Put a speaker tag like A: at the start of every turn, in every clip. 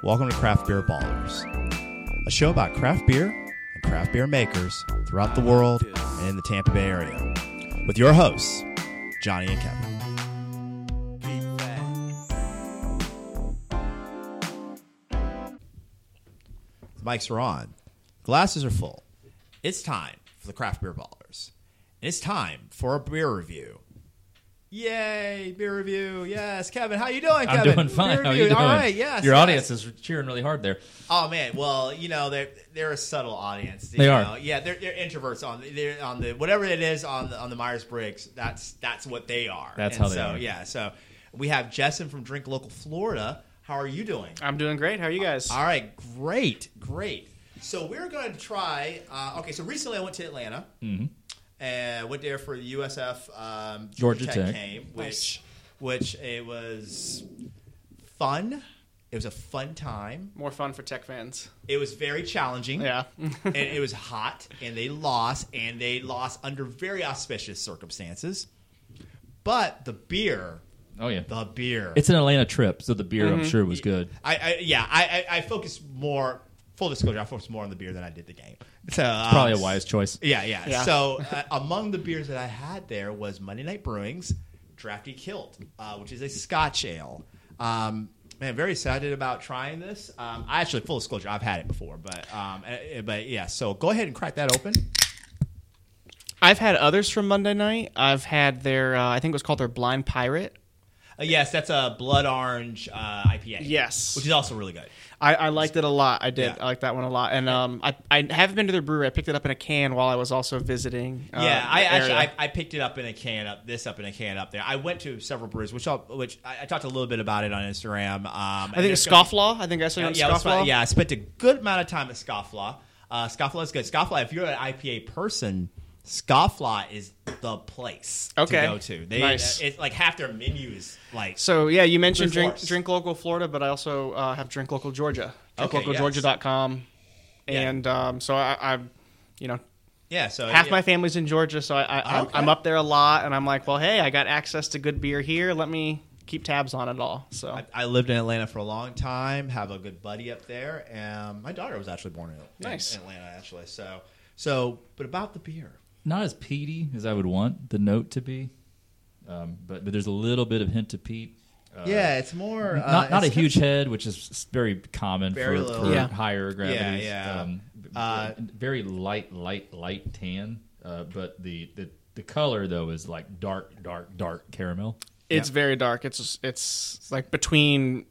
A: Welcome to Craft Beer Ballers, a show about craft beer and craft beer makers throughout the world and in the Tampa Bay area, with your hosts, Johnny and Kevin. The mics are on, glasses are full. It's time for the Craft Beer Ballers. And it's time for a beer review. Yay, beer review. Yes, Kevin, how you doing,
B: I'm
A: Kevin?
B: doing fine.
A: Beer
B: How are you
A: review.
B: doing?
A: All right, yes.
B: Your
A: yes.
B: audience is cheering really hard there.
A: Oh man, well, you know they're they're a subtle audience. you
B: They are.
A: know. Yeah, they're, they're introverts on they're on the whatever it is on the on the Myers Briggs. That's that's what they are.
B: That's
A: And
B: how they
A: so,
B: are.
A: Yeah. So we have Jessen from Drink Local Florida. How are you doing?
C: I'm doing great. How are you guys?
A: All right, great, great. So we're going to try. Uh, okay, so recently I went to Atlanta
B: Mm-hmm.
A: and went there for the USF um,
B: Georgia Tech.
A: game, which which it was fun. It was a fun time.
C: More fun for tech fans.
A: It was very challenging.
C: Yeah.
A: and it was hot, and they lost, and they lost under very auspicious circumstances. But the beer,
B: Oh yeah,
A: the beer,
B: it's an Atlanta trip, so the beer
A: Mm-hmm.
B: I'm sure was good.
A: I, I yeah, I, I, I focus more. Full disclosure, I focused more on the beer than I did the game. So um,
B: Probably a wise choice.
A: Yeah, yeah.
C: Yeah.
A: So uh, among the beers that I had there was Monday Night Brewing's Drafty Kilt, uh, which is a Scotch ale. Um, man, very excited about trying this. Um, I actually, full disclosure, I've had it before, but um, uh, but yeah. So go ahead and crack that open.
C: I've had others from Monday night. I've had their, uh, I think it was called their Blind Pirate.
A: Uh, yes, that's a blood orange uh, IPA.
C: Yes.
A: which is also really good.
C: I, I liked it a lot. I did.
A: Yeah.
C: I liked that one a lot. And um, I, I haven't been to their brewery. I picked it up in a can while I was also visiting. Uh,
A: yeah, I
C: the
A: actually
C: area.
A: I, I picked it up in a can up this up in a can up there. I went to several breweries, which I'll, which I, I talked a little bit about it on Instagram. Um,
C: I think it's Scofflaw. I think I saw you on
A: yeah, I was
C: Scofflaw.
A: fine- yeah, I spent a good amount of time at Scofflaw. Uh, Scofflaw is good. Scofflaw, if you're an IPA person, Scofflaw is the place
C: Okay.
A: to go to. They,
C: Nice.
A: it's like half their menu is like
C: So yeah, you mentioned
A: Three
C: drink
A: Forks.
C: drink local Florida, but I also uh, have drink local Georgia.
A: Okay,
C: Drinklocalgeorgia.com.
A: Yeah.
C: And um, so I, I, you know,
A: yeah. So
C: half
A: yeah.
C: my family's in Georgia, so I, I, I'm-
A: Okay.
C: I'm up there a lot, and I'm like, well, hey, I got access to good beer here. Let me keep tabs on it all. So
A: I, I lived in Atlanta for a long time. Have a good buddy up there, and my daughter was actually born in, in-
C: Nice.
A: in Atlanta. Actually, so so. But about the beer,
B: Not as peaty as I would want the note to be, um, but but there's a little bit of hint to peat. Uh,
A: yeah, it's more uh,
B: not not a
A: it's-
B: huge head, which is s- very common
A: Very
B: for,
A: low.
B: for
C: Yeah.
B: higher gravities.
A: yeah.
B: Um, b-
A: Uh,
B: very light, light, light tan, uh, but the, the the color though is like dark, dark, dark caramel.
C: it's very dark. It's it's like between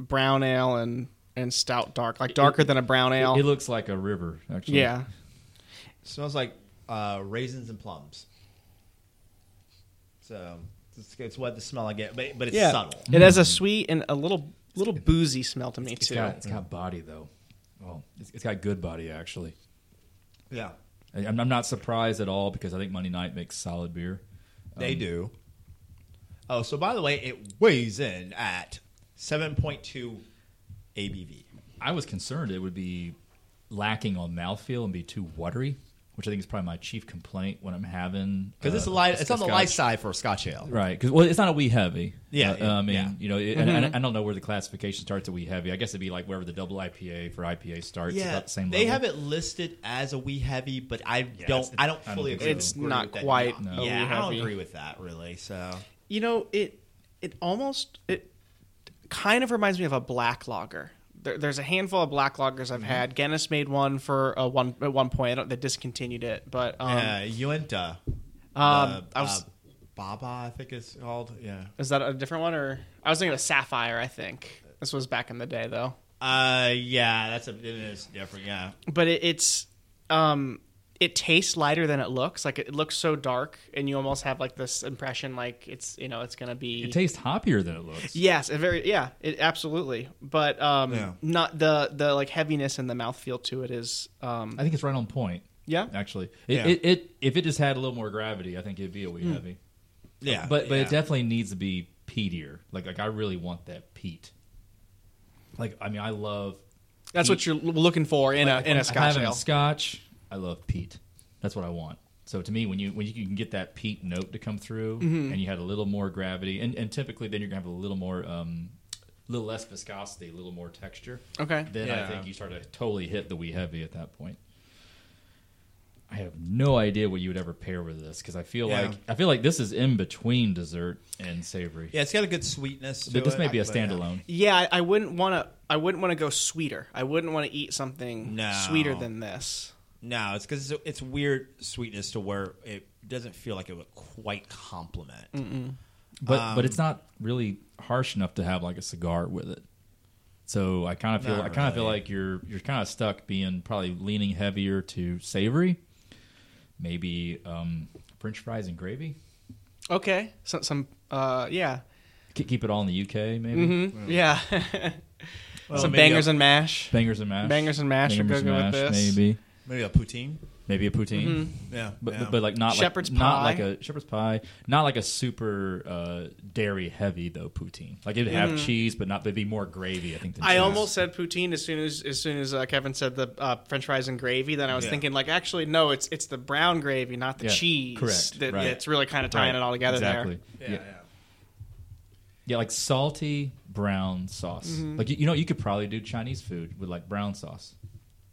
C: brown ale and and stout dark, like darker than a brown ale.
B: It looks like a river. Actually,
C: yeah,
A: Smells like uh, raisins and plums. So it's, it's what the smell I get, but, but it's
C: yeah.
A: subtle.
C: It has a sweet and a little little boozy smell to me
B: It's
C: too.
B: got, it's got body though. Oh, it's, it's got good body actually.
A: Yeah,
B: I- I'm, I'm not surprised at all because I think Monday Night makes solid beer.
A: they do. Oh, so by the way, it weighs in at 7.2 ABV.
B: I was concerned it would be lacking on mouthfeel and be too watery, which I think is probably my chief complaint when I'm having
A: Because it's
B: uh,
A: a light,
B: a
A: it's on the
B: scotch.
A: light side for a Scotch ale.
B: Right, because well, it's not a wee heavy.
A: Yeah,
B: Uh, I mean,
A: yeah. Mm-hmm.
B: you know, it, and and I don't know where the classification starts at wee heavy. I guess it'd be like wherever the double IPA for IPA starts.
A: Yeah,
B: about the same
A: they
B: level.
A: have it listed as a wee heavy, but I don't.
B: it's-
A: I don't
B: I don't
A: fully
B: think
A: agree.
C: so. It's
A: agree
C: not
A: with that.
C: quite
A: Yeah,
C: a wee
A: I don't
C: heavy.
A: agree with that really. So
C: You know, it it almost it kind of reminds me of a black lager. There, there's a handful of black lagers
B: Mm-hmm.
C: I've had. Guinness made one for a one at one point. I don't, they discontinued it, but um,
A: yeah, Uinta.
C: um, I was-
A: uh,
B: uh,
A: Baba, I think it's called. Yeah.
C: is that a different one or I was thinking of Sapphire. I think this was back in the day though.
A: Uh, yeah, that's a it is different. Yeah,
C: But it, it's um, it tastes lighter than it looks. Like it, looks so dark, and you almost have like this impression like it's you know it's gonna be
B: It tastes hoppier than it looks.
C: Yes, a very yeah, it absolutely. But um
A: Yeah.
C: not the the like heaviness and the mouthfeel to it is um
B: I think it's right on point.
C: yeah. Hmm.
B: Actually, it,
A: Yeah.
B: it, it if it just had a little more gravity, I think it'd be a wee heavy.
A: yeah,
B: But but
A: yeah.
B: it definitely needs to be peatier. Like like I really want that peat. Like I mean, I love
C: That's what you're l- looking for in a in
B: when
C: a
B: I
C: scotch
B: have it in
C: ale.
B: Scotch, I love peat. That's what I want. So to me, when you when you can get that peat
C: Mm-hmm.
B: note to come through, and you had a little more gravity, and, and typically then you're gonna have a little more um, little less viscosity, a little more texture.
C: Okay.
B: Then I
D: Yeah.
B: think you start to totally hit the wee heavy at that point. I have no idea what you would ever pair with this because I feel
A: Yeah.
B: like I feel like this is in between dessert and savory.
A: Yeah, it's got a good sweetness. To
B: But this
A: it,
B: may be a
A: but, yeah.
B: standalone.
C: Yeah, I, I wouldn't want to. I wouldn't want to go sweeter. I wouldn't want to eat something
A: No.
C: sweeter than this.
A: No, it's because it's, it's weird sweetness to where it doesn't feel like it would quite complement.
C: Mm.
B: but but it's
C: Um,
B: not really harsh enough to have like a cigar with it. So I kind of feel
A: Not
B: I kind of feel
A: really.
B: like you're you're kind of stuck being probably leaning heavier to savory, maybe um, French fries and gravy.
C: Okay. Some. Some. Uh. Yeah.
B: K- Keep it all in the UK, maybe
C: Mm-hmm. Yeah. some
A: maybe
C: bangers
A: a-
C: and mash.
B: bangers and mash.
C: Bangers and mash are
B: Bangers
C: good
B: and
C: with
B: mash,
C: this.
B: Maybe
A: Maybe a poutine.
B: maybe a poutine,
A: Yeah,
B: but,
A: yeah.
B: but but like not
C: Mm-hmm. Shepherd's
B: like not
C: pie.
B: like a shepherd's pie, not like a super uh, dairy heavy though poutine. Like it'd have cheese, but not. It'd be more gravy, I think. Than
C: Mm-hmm. I
B: cheese.
C: almost said poutine as soon as as soon as uh, Kevin said the uh, French fries and gravy. Then I was
A: Yeah.
C: thinking like, actually, no, it's it's the brown gravy, not the
B: Yeah,
C: cheese.
B: correct,
C: That,
B: right.
C: That's really kind of tying
B: Right,
C: it all together
B: exactly.
A: yeah,
B: Yeah.
A: yeah.
B: Yeah, like salty brown sauce.
C: Mm-hmm.
B: Like you, you know, you could probably do Chinese food with like brown sauce,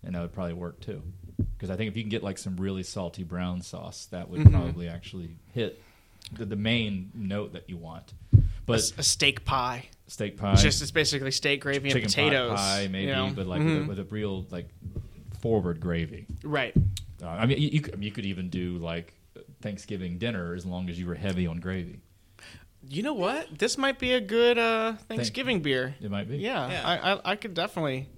B: and that would probably work too. Because I think if you can get like some really salty brown sauce, that would
C: Mm-hmm.
B: probably actually hit the, the main note that you want.
C: there. A,
B: But
C: s- a steak pie.
B: steak pie,
C: It's just it's basically steak gravy
B: chicken
C: and
B: pot
C: potatoes.
B: pie,
C: you
B: maybe,
C: know?
B: but like
C: Mhm.
B: with, a, with a real like forward gravy.
C: right.
B: Uh, I mean, you, you, could- you could even do like Thanksgiving dinner as long as you were heavy on gravy.
C: You know what? This might be a good uh, Thanksgiving beer.
B: It might be.
C: Yeah,
A: Yeah.
C: I, I I could definitely.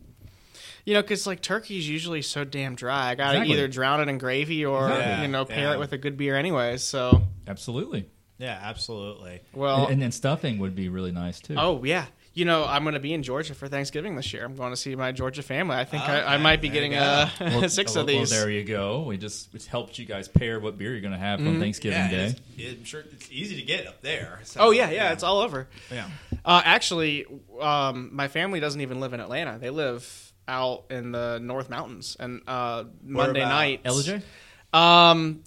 C: You know, because like turkey is usually so damn dry. I gotta
B: Exactly.
C: either drown it in gravy or
A: Exactly.
C: you know pair
A: Yeah.
C: it with a good beer anyway. So
B: absolutely.
A: Yeah, absolutely.
C: well,
B: and, and then stuffing would be really nice too.
C: Oh yeah. You know, I'm going to be in Georgia for Thanksgiving this year. I'm going to see my Georgia family. I think I, I
A: Okay,
C: might be
A: there
C: getting
A: you
C: uh,
B: Well,
C: six
B: well,
C: of these.
B: Well, there you go. We just it's helped you guys pair what beer you're going to have
C: Mm-hmm.
B: on Thanksgiving
A: yeah,
B: Day.
A: It's, I'm sure it's easy to get up there. so-
C: oh yeah, yeah, it's all over.
A: yeah.
C: Uh, actually, um, my family doesn't even live in Atlanta. They live out in the North Mountains. And uh, Monday
A: about?
C: night,
B: LJ?
C: um,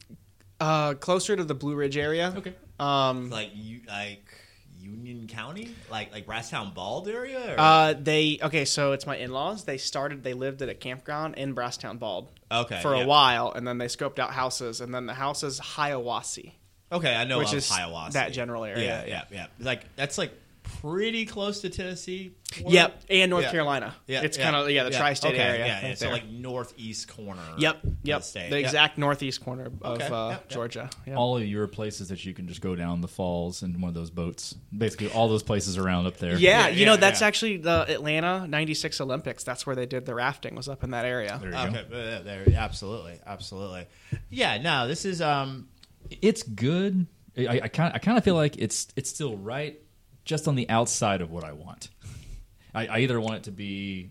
C: uh, closer to the Blue Ridge area.
B: Okay.
C: Um,
A: like you like Union County, like like Brasstown Bald area. Or?
C: uh, they okay, so it's my in-laws. They started. They lived at a campground in Brasstown Bald
A: okay,
C: for
A: yeah.
C: a while, and then they scoped out houses, and then the house is Hiawassee.
A: Okay, I know
C: which
A: of
C: is
A: Hiawassee.
C: that general area.
A: Yeah, yeah, yeah. Like that's like pretty close to Tennessee. border.
C: Yep, and North
A: Yeah.
C: Carolina.
A: Yeah,
C: it's kind of yeah the tri-state
A: okay,
C: area.
A: Yeah, yeah.
C: right
A: so
C: there.
A: like northeast corner.
C: yep,
A: of
C: yep,
A: the,
C: the,
A: state.
C: exact northeast corner of
A: Okay,
C: uh,
A: yeah, yeah.
C: Georgia. Yeah.
B: All of your places that you can just go down the falls in one of those boats. Basically, all those places around up there.
A: Yeah,
C: yeah, you know
A: yeah,
C: that's
A: yeah.
C: actually the Atlanta '96 Olympics. That's where they did the rafting. Was up in that area.
B: There you
A: Okay,
B: go.
A: uh, there, absolutely, absolutely. Yeah, no, this is um,
B: It's good. I kind I kind of feel like it's it's still right just on the outside of what I want. I, I either want it to be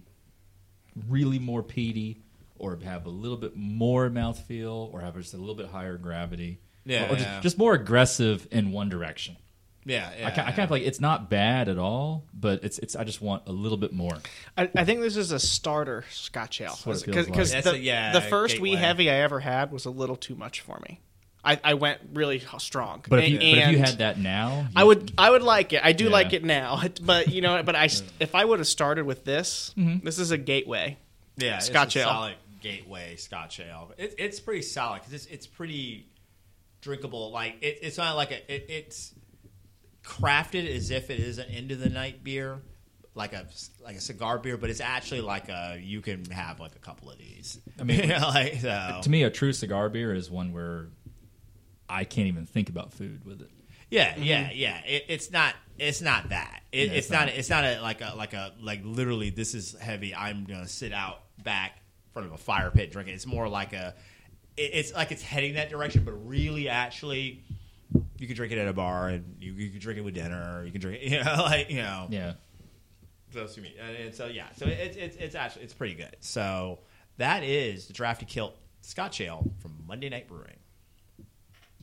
B: really more peaty or have a little bit more mouthfeel or have just a little bit higher gravity.
A: Yeah,
B: Or- or just,
A: yeah.
B: just more aggressive in one direction.
A: yeah, yeah
B: I, ki- I kind of like it's not bad at all, but it's it's I just want a little bit more.
C: I, I think this is a starter Scotch ale
B: what it feels like.
C: because
A: That's
C: the,
A: a- yeah,
C: the first wee
A: gateway.
C: heavy I ever had was a little too much for me. I, I went really strong.
B: But if
C: And-
B: you, but if you
C: and-
B: had that now, you-
C: I would I would like it. I do
B: Yeah.
C: like it now, but you know, but I s- if I would have started with this, this is a gateway.
A: yeah, it's
C: Scotch
A: a
C: ale.
A: solid gateway Scotch ale. It, it's pretty solid because it's it's pretty drinkable. Like it, it's not like a it, it's crafted as if it is an end of the night beer, like a like a cigar beer, but it's actually like a you can have like a couple of these. I mean, like so.
B: to me a true cigar beer is one where I can't even think about food with it.
A: Yeah, yeah, yeah. It, it's not. It's not that. It,
B: Mm-hmm.
A: it's
B: No, it's
A: not.
B: not.
A: It's not a like a like a like literally. This is heavy. I'm gonna sit out back in front of a fire pit drinking. It's more like a. It, it's like it's heading that direction, but really, actually, you could drink it at a bar, and you, you could drink it with dinner. Or you can drink it, you know, like you know.
B: Yeah,
A: So excuse me. And, and so yeah. So it's it's it's actually it's pretty good. So that is the drafty kilt Scotch ale from Monday Night Brewing.